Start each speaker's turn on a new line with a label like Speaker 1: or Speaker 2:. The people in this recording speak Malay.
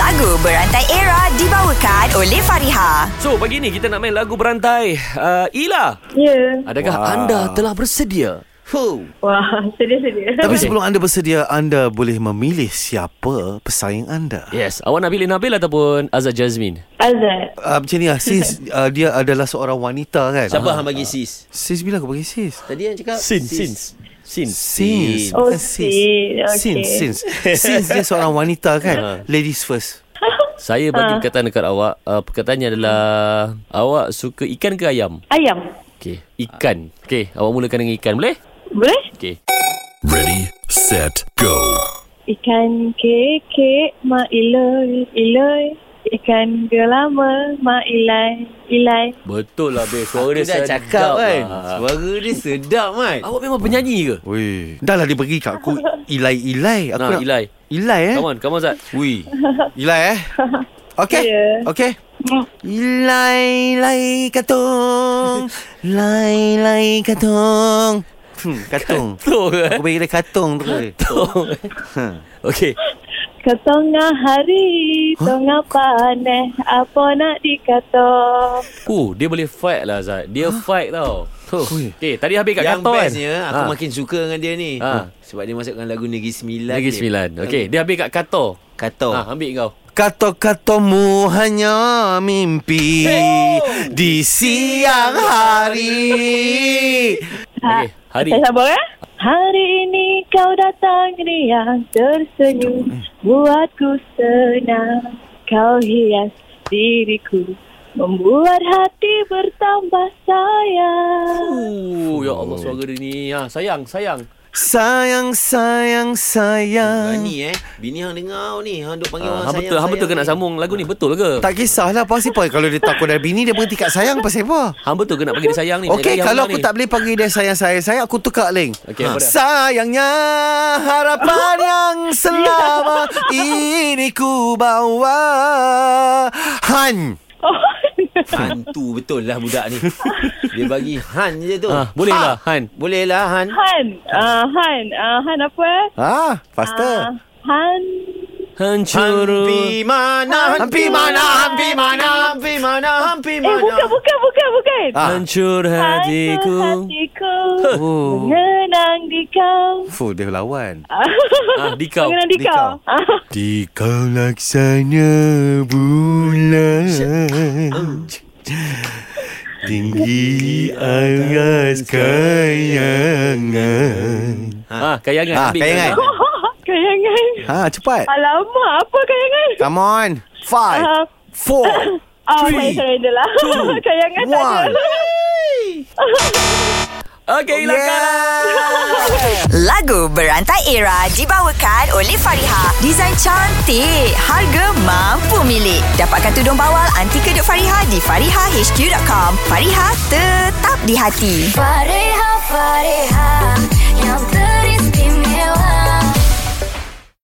Speaker 1: Lagu Berantai Era dibawakan oleh Fariha.
Speaker 2: So pagi ni kita nak main lagu berantai uh, Ila
Speaker 3: Ya.
Speaker 2: Adakah wow.
Speaker 4: Wah.
Speaker 2: anda telah bersedia? Huh.
Speaker 3: Wah, sedia-sedia.
Speaker 2: Okey.
Speaker 4: Tapi sebelum anda bersedia, anda boleh memilih siapa pesaing anda.
Speaker 2: Yes Awak nak pilih Nabil ataupun Azad Jazmin?
Speaker 3: Azad.
Speaker 4: Uh, macam ni lah, sis uh, dia adalah seorang wanita kan?
Speaker 5: Siapa hang bagi sis?
Speaker 4: Sis bila aku bagi sis?
Speaker 5: Tadi yang
Speaker 2: Ah.
Speaker 5: cakap
Speaker 2: Sin
Speaker 5: sis.
Speaker 2: Sin Sin
Speaker 4: Sis.
Speaker 3: Oh,
Speaker 4: bukan
Speaker 3: sis. Okey.
Speaker 4: Sis, sis. Sis dia seorang wanita kan? Ladies first.
Speaker 2: Saya bagi perkataan dekat awak uh, Perkataannya adalah Awak suka ikan ke ayam?
Speaker 3: Ayam.
Speaker 2: Okey Ikan Okey Awak mulakan dengan ikan boleh?
Speaker 3: Boleh?
Speaker 2: Okey
Speaker 6: Ready, set, go.
Speaker 3: Ikan kekek ma iloi iloi. Ikan gelama ma ilai ilai.
Speaker 2: Betul lah Bel Suara dia
Speaker 5: Dia dah
Speaker 2: sedap
Speaker 5: cakap kan.
Speaker 2: lah.
Speaker 5: Suara dia sedap kan.
Speaker 2: Awak memang penyanyi ke?
Speaker 4: Weh. Dah lah dia bagi kat aku ilai-ilai. Aku
Speaker 2: Nah, Ilai.
Speaker 4: Ilai eh?
Speaker 2: Come on Come on Zat
Speaker 4: Wih. Ilai eh? Okay.
Speaker 3: Ya.
Speaker 4: Okay. Ilai lai katong. Lai lai katong. Hmm, katung.
Speaker 2: Betul kan?
Speaker 4: Aku bagi dia katung terus.
Speaker 2: Okey
Speaker 3: Ketengah hari, tengah paneh, apa nak dikata?
Speaker 2: Uh, dia boleh fight lah Zat. Dia fight tau. Huh.
Speaker 4: Ui.
Speaker 2: Okay, tadi habis kat
Speaker 5: Yang
Speaker 2: kantor kan?
Speaker 5: bestnya aku makin suka dengan dia ni.
Speaker 2: Ha.
Speaker 5: Sebab dia masukkan lagu Negeri Sembilan.
Speaker 2: Lagi
Speaker 5: ni.
Speaker 2: sembilan. Okey, dia habis kat kantor.
Speaker 5: Kato.
Speaker 4: Ah.
Speaker 2: Ha, ambil kau.
Speaker 4: Kata-katamu hanya mimpi
Speaker 5: oh.
Speaker 4: Di siang hari
Speaker 2: Okey, hari.
Speaker 3: Saya sabar eh? Hari ini kau datang riang tersenyum Buatku senang Kau hias diriku Membuat hati bertambah sayang
Speaker 2: Uh, ya Allah suara dia ni. Ha, sayang, sayang.
Speaker 4: Sayang, sayang, sayang
Speaker 5: Berani eh. Bini hang dengar ni. Hang duk panggil
Speaker 2: Ha,
Speaker 5: orang
Speaker 2: Ah. hang
Speaker 5: sayang.
Speaker 2: betul, hang betul ke nak sambung lagu ni? Betul ke?
Speaker 4: Tak kisahlah pasal apa Kalau dia takut dari bini Dia berhenti kat sayang pasal apa
Speaker 2: Hang betul ke nak panggil dia sayang ni?
Speaker 4: Okey,
Speaker 2: Lagi
Speaker 4: kalau
Speaker 2: hang
Speaker 4: aku
Speaker 2: ni.
Speaker 4: tak boleh panggil dia sayang-sayang-sayang, aku tukar link.
Speaker 2: Okey, apa dia?
Speaker 4: Sayangnya harapan yang selama ini ku bawa. Han.
Speaker 5: Hantu betul lah budak ni. dia bagi Han je tu.
Speaker 2: Ha, boleh lah,
Speaker 4: Ah.
Speaker 2: Han.
Speaker 5: Boleh lah Han.
Speaker 3: Han, uh, Han, uh, Han apa eh?
Speaker 4: Ah, faster.
Speaker 3: Uh, Han,
Speaker 2: Hancur.
Speaker 5: Hampi mana
Speaker 4: Hampi mana,
Speaker 5: Hampi mana Hampi mana Hampi
Speaker 3: eh bukan, bukan, bukan, bukan
Speaker 4: Ah.
Speaker 2: Ha. Hancur
Speaker 3: Hatiku,
Speaker 2: hatiku.
Speaker 3: hatiku
Speaker 4: Oh.
Speaker 3: Ya. Mengenang di kau
Speaker 4: Fuh, dia lawan.
Speaker 2: Ah, di kau.
Speaker 3: Mengenang di
Speaker 4: di kau.
Speaker 3: kau
Speaker 4: Di kau laksana bulan Tinggi aras kayangan
Speaker 2: Ha, kayangan.
Speaker 4: Ah,
Speaker 2: ambil
Speaker 4: kayangan.
Speaker 3: Kayangan
Speaker 4: Ha, cepat
Speaker 3: Alamak, apa kayangan?
Speaker 4: Come on Five
Speaker 3: Ah.
Speaker 4: Four
Speaker 3: Ah, saya
Speaker 4: Three,
Speaker 3: surrender lah. Kayangan tak ada.
Speaker 4: One
Speaker 2: Okey, hilangkan.
Speaker 1: Lagu Berantai Era dibawakan oleh Fariha. Desain cantik, harga mampu milik. Dapatkan tudung bawal anti kedut Fariha di farihahq.com. Fariha tetap di hati.
Speaker 7: Fareja, fareja.